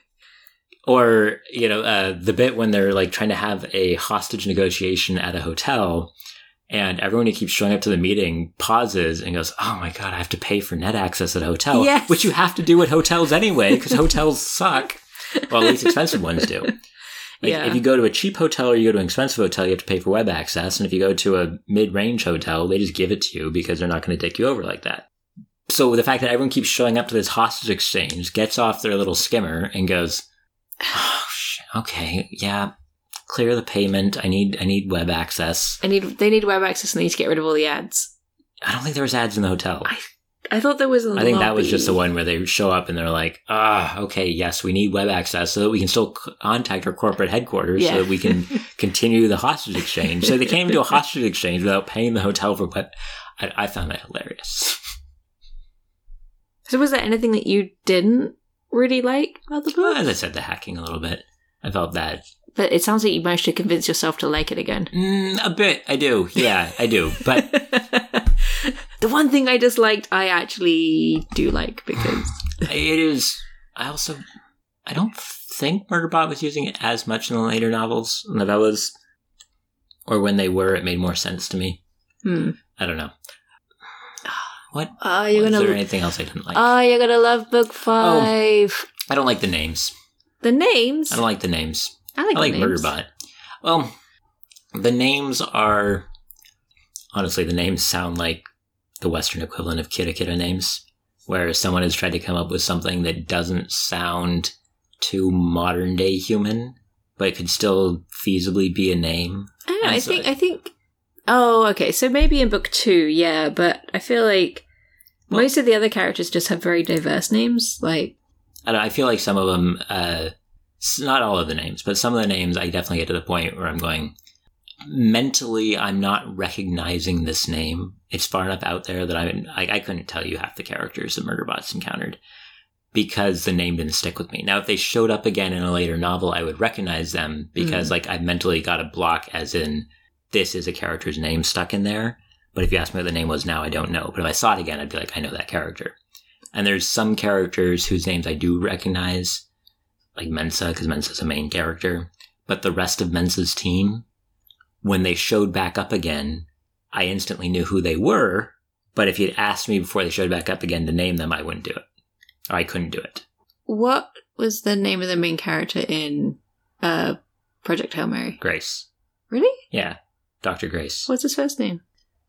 Speaker 2: *sighs* or you know uh, the bit when they're like trying to have a hostage negotiation at a hotel and everyone who keeps showing up to the meeting pauses and goes oh my god i have to pay for net access at a hotel
Speaker 1: Yes.
Speaker 2: which you have to do at hotels anyway because hotels *laughs* suck well at least expensive ones do like,
Speaker 1: Yeah.
Speaker 2: if you go to a cheap hotel or you go to an expensive hotel you have to pay for web access and if you go to a mid-range hotel they just give it to you because they're not going to take you over like that so the fact that everyone keeps showing up to this hostage exchange gets off their little skimmer and goes oh, shit. okay yeah clear the payment i need i need web access
Speaker 1: *laughs* I need they need web access and they need to get rid of all the ads.
Speaker 2: i don't think there was ads in the hotel
Speaker 1: I- I thought there was. a
Speaker 2: I think that was
Speaker 1: lobby.
Speaker 2: just the one where they show up and they're like, ah, okay, yes, we need web access so that we can still c- contact our corporate headquarters
Speaker 1: Yeah.
Speaker 2: so that we can continue the hostage exchange. So they can't even do a hostage exchange without paying the hotel for web. I, I found that hilarious.
Speaker 1: *laughs*
Speaker 2: *laughs*
Speaker 1: So was there anything that you didn't really like about the
Speaker 2: Well, As I
Speaker 1: book?
Speaker 2: said, the hacking a little bit. I felt that
Speaker 1: But it sounds like you managed to convince yourself to like it again.
Speaker 2: mm, a bit. I do. Yeah, I do. But
Speaker 1: *laughs* the one thing I disliked, I actually do like because
Speaker 2: it is. I also, I don't think Murderbot was using it as much in the later novels, novellas, or when they were. It made more sense to me.
Speaker 1: hmm.
Speaker 2: I don't know.
Speaker 1: oh, you're
Speaker 2: Was there
Speaker 1: gonna
Speaker 2: anything else I didn't like?
Speaker 1: oh, you're gonna love book five.
Speaker 2: I don't like the names.
Speaker 1: The names,
Speaker 2: I don't like the names.
Speaker 1: I like,
Speaker 2: I like
Speaker 1: the names.
Speaker 2: Murderbot. Well, the names are honestly the names sound like the Western equivalent of Kidda Kidda names, where someone has tried to come up with something that doesn't sound too modern day human, but could still feasibly be a name.
Speaker 1: I don't know.
Speaker 2: And
Speaker 1: I
Speaker 2: so-
Speaker 1: think. I think. Oh, okay. So maybe in book two, yeah. But I feel like
Speaker 2: Well-
Speaker 1: most of the other characters just have very diverse names. Like,
Speaker 2: I, don't, I feel like some of them, uh, s- not all of the names, but some of the names, I definitely get to the point where I'm going, mentally, I'm not recognizing this name. It's far enough out there that I'm, I, I couldn't tell you half the characters that Murderbots encountered. because the name didn't stick with me. Now, if they showed up again in a later novel, I would recognize them because, like, I mentally got a block as in this is a character's name stuck in there. But if you asked me what the name was now, I don't know. But if I saw it again, I'd be like, I know that character. And there's some characters whose names I do recognize, like Mensa, because Mensa's a main character. But the rest of Mensa's team, when they showed back up again, I instantly knew who they were. But if you'd asked me before they showed back up again to name them, I wouldn't do it. Or I couldn't do it.
Speaker 1: What was the name of the main character in uh, Project Hail Mary?
Speaker 2: Grace.
Speaker 1: Really?
Speaker 2: Yeah. Dr. Grace.
Speaker 1: What's his first name?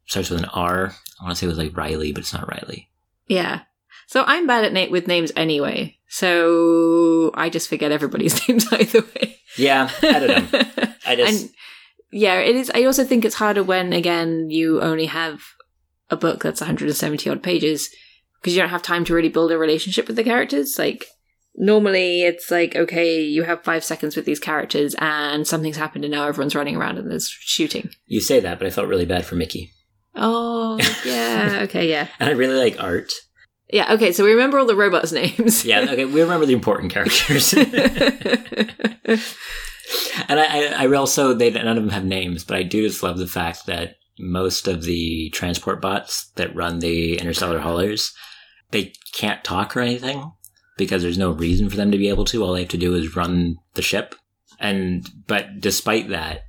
Speaker 2: Starts with an R. I want to say it was like Riley, but it's not Riley.
Speaker 1: Yeah. So I'm bad at Nate with names anyway. So I just forget everybody's *laughs* names either way.
Speaker 2: Yeah,
Speaker 1: *laughs*
Speaker 2: I don't know. I just
Speaker 1: and yeah, it is. I also think it's harder when again you only have a book that's 170 odd pages because you don't have time to really build a relationship with the characters. Like normally, it's like okay, you have five seconds with these characters, and something's happened, and now everyone's running around and there's shooting.
Speaker 2: you say that, but I felt really bad for Mickey.
Speaker 1: Oh yeah, okay, yeah,
Speaker 2: And I really like art.
Speaker 1: yeah, okay. So we remember all the robots' *laughs* names.
Speaker 2: Yeah, okay, we remember the important
Speaker 1: *laughs*
Speaker 2: characters. And I, I, I also they none of them have names, but I do just love the fact that most of the transport bots that run the interstellar haulers, they can't talk or anything because there's no reason for them to be able to. All they have to do is run the ship. And but despite that,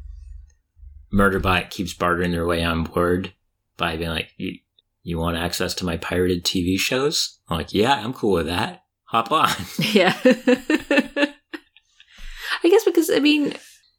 Speaker 2: Murderbot keeps bartering their way on board by being like, "You, you want access to my pirated TV shows?" I'm like, "Yeah, I'm cool with that. Hop on." *laughs*
Speaker 1: *laughs* Yeah. I guess because I mean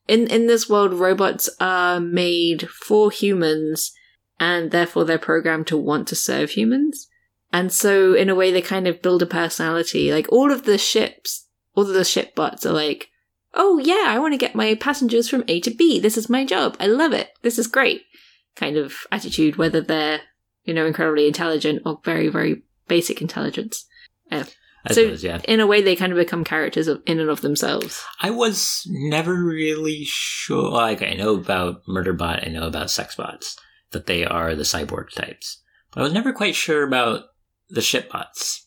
Speaker 1: in in this world robots are made for humans and therefore they're programmed to want to serve humans. And so in a way they kind of build a personality. Like all of the ships, all of the ship bots are like, "Oh yeah, I want to get my passengers from A to B. This is my job. I love it. This is great." Kind of attitude whether they're, you know, incredibly intelligent or very very basic intelligence.
Speaker 2: I
Speaker 1: So-
Speaker 2: suppose, yeah.
Speaker 1: In a way they kind of become characters of, in and of themselves.
Speaker 2: I was never really sure. Like, I know about Murderbot, I know about Sexbots, that they are the cyborg types. But I was never quite sure about the shipbots.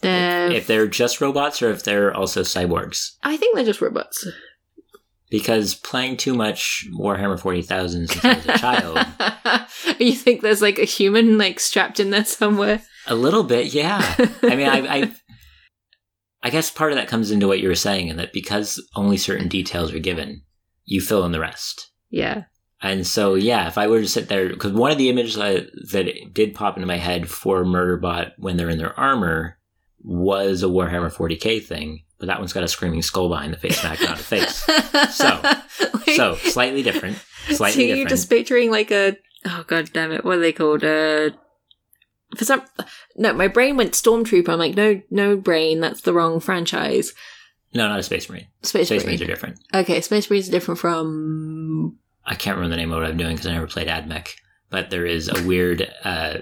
Speaker 1: They're,
Speaker 2: if they're just robots or if they're also cyborgs.
Speaker 1: I think they're just robots.
Speaker 2: *laughs* Because playing too much Warhammer 40,000 since I was a child,
Speaker 1: *laughs* you think there's like a human like strapped in there somewhere?
Speaker 2: a little bit, yeah. Ah, I mean, I, I, I guess part of that comes into what you were saying, in that because only certain details are given, you fill in the rest.
Speaker 1: *laughs* yeah,
Speaker 2: And so, yeah, if I were to sit there, because one of the images I, that it did pop into my head for Murderbot when they're in their armor was a Warhammer 40k thing, but that one's got a screaming skull behind the face, not on
Speaker 1: *laughs*
Speaker 2: a face. So-
Speaker 1: Like-
Speaker 2: So slightly different,
Speaker 1: so
Speaker 2: slightly
Speaker 1: you're
Speaker 2: different.
Speaker 1: just picturing like a oh god damn it, what are they called? Uh, for some no, my brain went stormtrooper. I'm like no, no brain, that's the wrong franchise.
Speaker 2: no, not a space marine.
Speaker 1: Space,
Speaker 2: Space
Speaker 1: Marine.
Speaker 2: marines are different.
Speaker 1: Okay, Space Marine is different from
Speaker 2: I can't remember the name of what I'm doing because I never played AdMech, but there is a weird. Uh,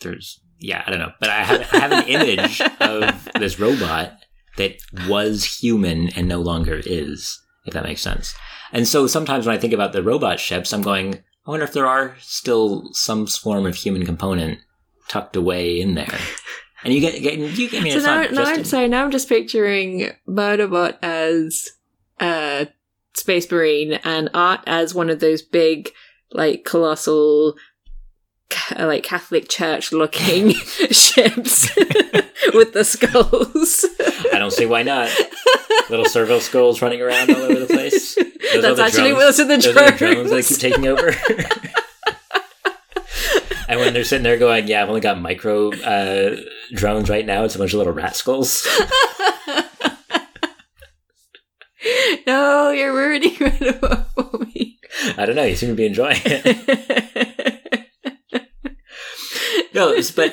Speaker 2: there's yeah, I don't know, but I have, I have an image of this robot that was human and no longer is, if that makes sense. And so sometimes when I think about the robot ships, I'm going, I wonder if there are still some form of human component tucked away in there. And you get, get you. I mean,
Speaker 1: so
Speaker 2: it's
Speaker 1: now,
Speaker 2: not
Speaker 1: now
Speaker 2: just
Speaker 1: I'm
Speaker 2: in-
Speaker 1: sorry. Now I'm just picturing Murderbot as a space marine and Art as one of those big, like colossal, ca- like Catholic church
Speaker 2: *laughs*
Speaker 1: looking *laughs* ships *laughs* with the skulls.
Speaker 2: I don't see why not. Little servo skulls running around all over
Speaker 1: *laughs*
Speaker 2: the place. Those
Speaker 1: That's
Speaker 2: other
Speaker 1: actually
Speaker 2: drones.
Speaker 1: what's in the
Speaker 2: Those
Speaker 1: drones.
Speaker 2: are the drones that keep taking over. *laughs* and when they're sitting there going, "Yeah, I've only got micro uh, drones right now. It's a bunch of little rat skulls."
Speaker 1: *laughs* no, you're ruining Murderbot for me. *laughs*
Speaker 2: *laughs* I don't know. You seem to be enjoying it. *laughs* no, it's, but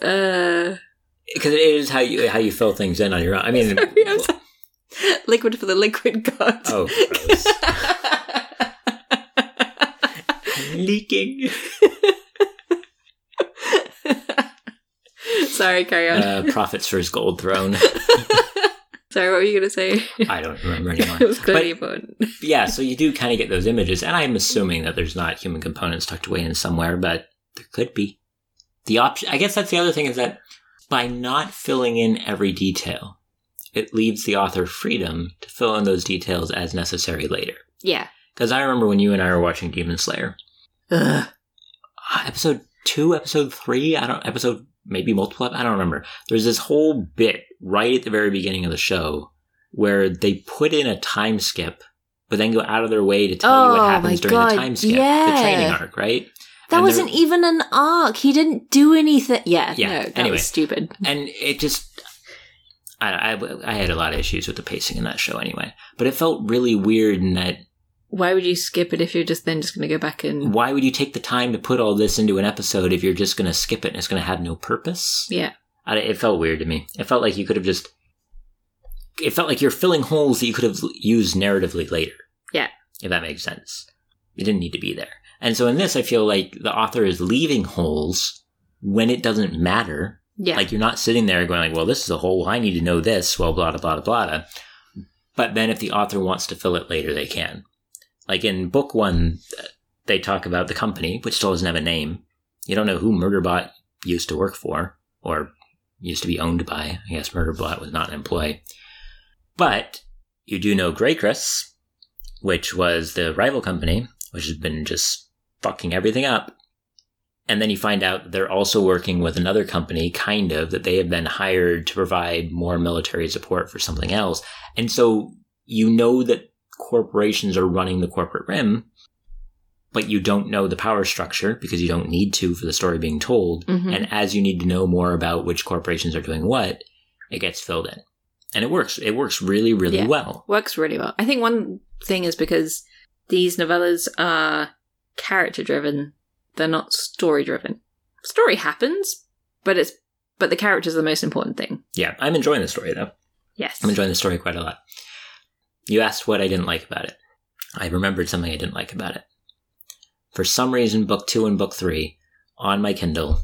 Speaker 1: uh,
Speaker 2: because it is how you how you fill things in on your own. I *laughs* mean,
Speaker 1: sorry, I'm sorry. *laughs* liquid for the liquid god.
Speaker 2: oh, gross. *laughs* leaking.
Speaker 1: *laughs* Sorry, carry on.
Speaker 2: Uh, profits for his gold throne.
Speaker 1: Sorry, what were you going to say?
Speaker 2: I don't remember
Speaker 1: *laughs*
Speaker 2: *laughs*
Speaker 1: it
Speaker 2: anymore.
Speaker 1: was clearly important.
Speaker 2: yeah, so you do kind of get those images, and I'm assuming that there's not human components tucked away in somewhere, but there could be. The option, I guess that's the other thing is that by not filling in every detail, it leaves the author freedom to fill in those details as necessary later.
Speaker 1: Yeah.
Speaker 2: Because I remember when you and I were watching Demon Slayer,
Speaker 1: Ugh.
Speaker 2: uh, episode two, episode three, I don't, episode maybe multiple, ep- I don't remember. There's this whole bit right at the very beginning of the show where they put in a time skip, but then go out of their way to tell you
Speaker 1: Oh,
Speaker 2: what
Speaker 1: my
Speaker 2: happens during
Speaker 1: God,
Speaker 2: the time skip, the
Speaker 1: yeah.
Speaker 2: training arc, right?
Speaker 1: That
Speaker 2: And there-
Speaker 1: wasn't even an arc. He didn't do anything. Yeah.
Speaker 2: Yeah,
Speaker 1: No, that
Speaker 2: anyway.
Speaker 1: was stupid.
Speaker 2: and it just I, I I had a lot of issues with the pacing in that show anyway but it felt really weird in that
Speaker 1: Why would you skip it if you're just then just going to go back and.
Speaker 2: why would you take the time to put all this into an episode if you're just going to skip it and it's going to have no purpose
Speaker 1: Yeah.
Speaker 2: I, it felt weird to me it felt like you could have just it felt like you're filling holes that you could have used narratively later
Speaker 1: Yeah.
Speaker 2: if that makes sense it didn't need to be there and so in this i feel like the author is leaving holes when it doesn't matter
Speaker 1: Yeah.
Speaker 2: Like you're not sitting there going like, well, this is a hole. I need to know this. Well, blah, blah, blah, blah, blah. But then if the author wants to fill it later, they can. Like in book one, they talk about the company, which still doesn't have a name. You don't know who Murderbot used to work for or used to be owned by. I guess Murderbot was not an employee. But you do know Greycris, which was the rival company, which has been just fucking everything up. And then you find out they're also working with another company, kind of, that they have been hired to provide more military support for something else. And so you know that corporations are running the corporate rim, but you don't know the power structure because you don't need to for the story being told.
Speaker 1: Mhm.
Speaker 2: And as you need to know more about which corporations are doing what, it gets filled in. And it works. It works really, really
Speaker 1: Yeah.
Speaker 2: well.
Speaker 1: works really well. I think one thing is because these novellas are character driven; they're not story driven. Story happens, but it's but the characters are the most important thing.
Speaker 2: Yeah, I'm enjoying the story though.
Speaker 1: Yes,
Speaker 2: I'm enjoying the story quite a lot. You asked what I didn't like about it. I remembered something I didn't like about it. For some reason, book two and book three on my Kindle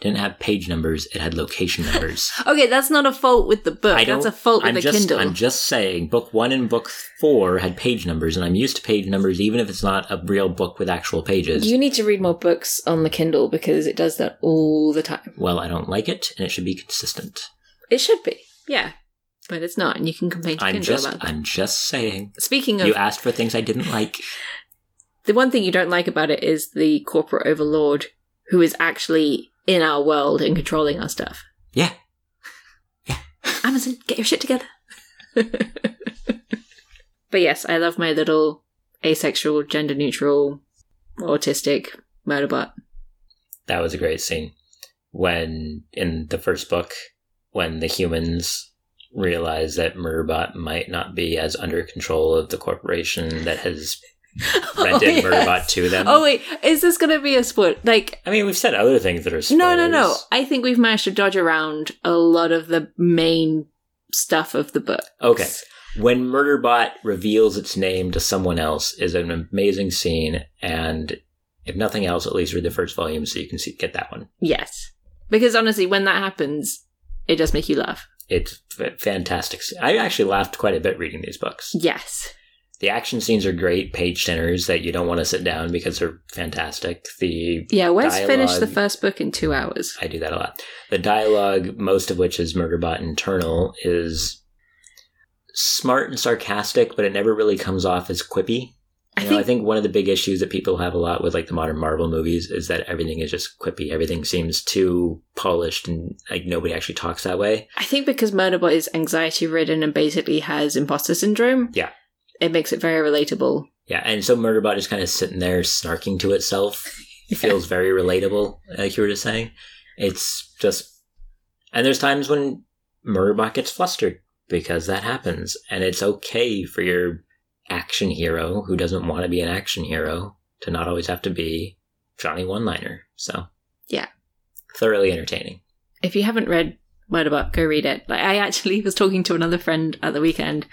Speaker 2: didn't have page numbers, it had location numbers.
Speaker 1: okay, that's not a fault with the book.
Speaker 2: I
Speaker 1: That's a
Speaker 2: don't-
Speaker 1: fault *laughs* with
Speaker 2: I'm
Speaker 1: the
Speaker 2: just
Speaker 1: Kindle.
Speaker 2: I'm just saying book one and book four had page numbers, and I'm used to page numbers even if it's not a real book with actual pages.
Speaker 1: you need to read more books on the Kindle because it does that all the time.
Speaker 2: well, I don't like it, and it should be consistent.
Speaker 1: It should be, yeah, but it's not, and you can complain to
Speaker 2: I'm
Speaker 1: Kindle
Speaker 2: just
Speaker 1: about that.
Speaker 2: I'm just saying.
Speaker 1: Speaking
Speaker 2: You
Speaker 1: of
Speaker 2: asked for things I didn't like.
Speaker 1: the one thing you don't like about it is the corporate overlord who is actually in our world and controlling our stuff.
Speaker 2: Yeah.
Speaker 1: *laughs* Amazon, get your shit together. *laughs* but yes, I love my little asexual, gender neutral, autistic murderbot.
Speaker 2: that was a great scene when in the first book when the humans realize that Murderbot might not be as under control of the corporation
Speaker 1: *laughs*
Speaker 2: that has rented
Speaker 1: Oh, yes.
Speaker 2: Murderbot to them.
Speaker 1: Oh wait, is this gonna be a sport? Like
Speaker 2: I mean, we've said other things that are spoilers.
Speaker 1: no no no. I think we've managed to dodge around a lot of the main stuff of the book.
Speaker 2: Okay. When Murderbot reveals its name to someone else is an amazing scene, and if nothing else, at least read the first volume so you can see, get that one.
Speaker 1: Yes. Because honestly, when that happens, it does make you laugh.
Speaker 2: It's f- fantastic. I actually laughed quite a bit reading these books.
Speaker 1: Yes.
Speaker 2: The action scenes are great, page turners that you don't want to sit down because they're fantastic. The
Speaker 1: Yeah, Wes finished the
Speaker 2: Dialogue.
Speaker 1: first book in two hours.
Speaker 2: I do that a lot. The dialogue, most of which is Murderbot internal, is smart and sarcastic, but it never really comes off as quippy. You
Speaker 1: I
Speaker 2: know,
Speaker 1: think,
Speaker 2: I think one of the big issues that people have a lot with like the modern Marvel movies is that everything is just quippy. Everything seems too polished and like nobody actually talks that way.
Speaker 1: I think because Murderbot is anxiety ridden and basically has imposter syndrome.
Speaker 2: Yeah.
Speaker 1: It makes it very relatable.
Speaker 2: Yeah, and so Murderbot is kind of sitting there snarking to itself feels very relatable, like you were just saying. It's just, and there's times when Murderbot gets flustered because that happens, and it's okay for your action hero who doesn't want to be an action hero to not always have to be Johnny One Liner. So,
Speaker 1: Yeah.
Speaker 2: thoroughly entertaining.
Speaker 1: if you haven't read Murderbot, go read it. Like I actually *laughs* was talking to another friend at the weekend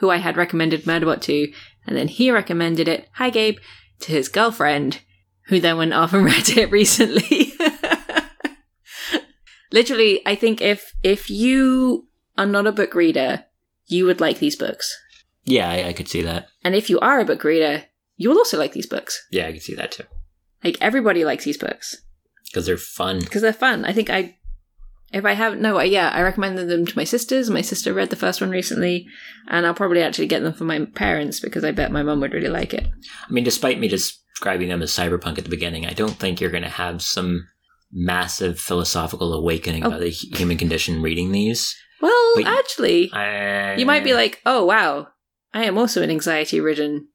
Speaker 1: who I had recommended Murderbot to, and then he recommended it, hi Gabe, to his girlfriend, who then went off and *laughs* read it recently. *laughs* Literally, I think if if you are not a book reader, you would like these books.
Speaker 2: Yeah, I, I could see that.
Speaker 1: And if you are a book reader, you will also like these books.
Speaker 2: Yeah, I could see that too
Speaker 1: Like everybody likes these books
Speaker 2: because they're fun.
Speaker 1: because they're fun. I think I If I haven't, no, I- yeah, I recommended them to my sisters. My sister read the first one recently, and I'll probably actually get them for my parents because I bet my mum would really like it.
Speaker 2: I mean, despite me describing them as cyberpunk at the beginning, I don't think you're going to have some massive philosophical awakening
Speaker 1: Oh.
Speaker 2: about the hu- human condition reading these. Uh,
Speaker 1: Well,
Speaker 2: But you-
Speaker 1: actually,
Speaker 2: I-
Speaker 1: you might be like, oh, wow, I am also an anxiety ridden.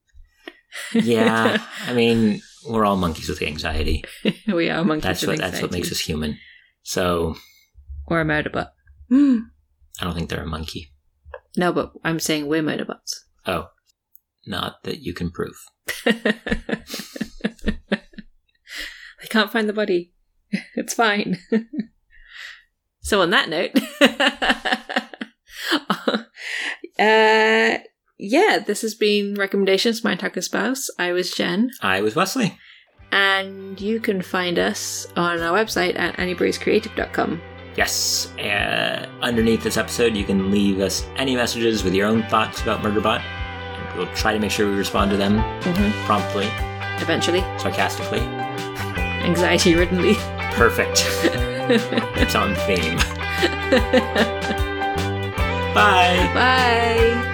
Speaker 2: yeah. I mean, we're all monkeys with anxiety.
Speaker 1: *laughs* we are monkeys.
Speaker 2: That's
Speaker 1: with
Speaker 2: what that's what
Speaker 1: anxiety.
Speaker 2: makes us human. So
Speaker 1: Or a murderbot. Hmm.
Speaker 2: I don't think they're a monkey.
Speaker 1: *gasps* No, but I'm saying we're murderbots.
Speaker 2: Not that you can prove.
Speaker 1: *laughs* they can't find the body. *laughs* It's fine. *laughs* so, on that note, *laughs* uh, yeah, this has been recommendations. from My Tucker spouse. I was Jen,
Speaker 2: I was Wesley.
Speaker 1: and you can find us on our website at anniebrayscreative.com.
Speaker 2: Yes. Uh, underneath this episode, you can leave us any messages with your own thoughts about Murderbot. And We'll try to make sure we respond to them
Speaker 1: Mm-hmm.
Speaker 2: promptly,
Speaker 1: Eventually,
Speaker 2: sarcastically.
Speaker 1: anxiety riddenly.
Speaker 2: Perfect. it's on theme. Bye.
Speaker 1: *laughs* Bye.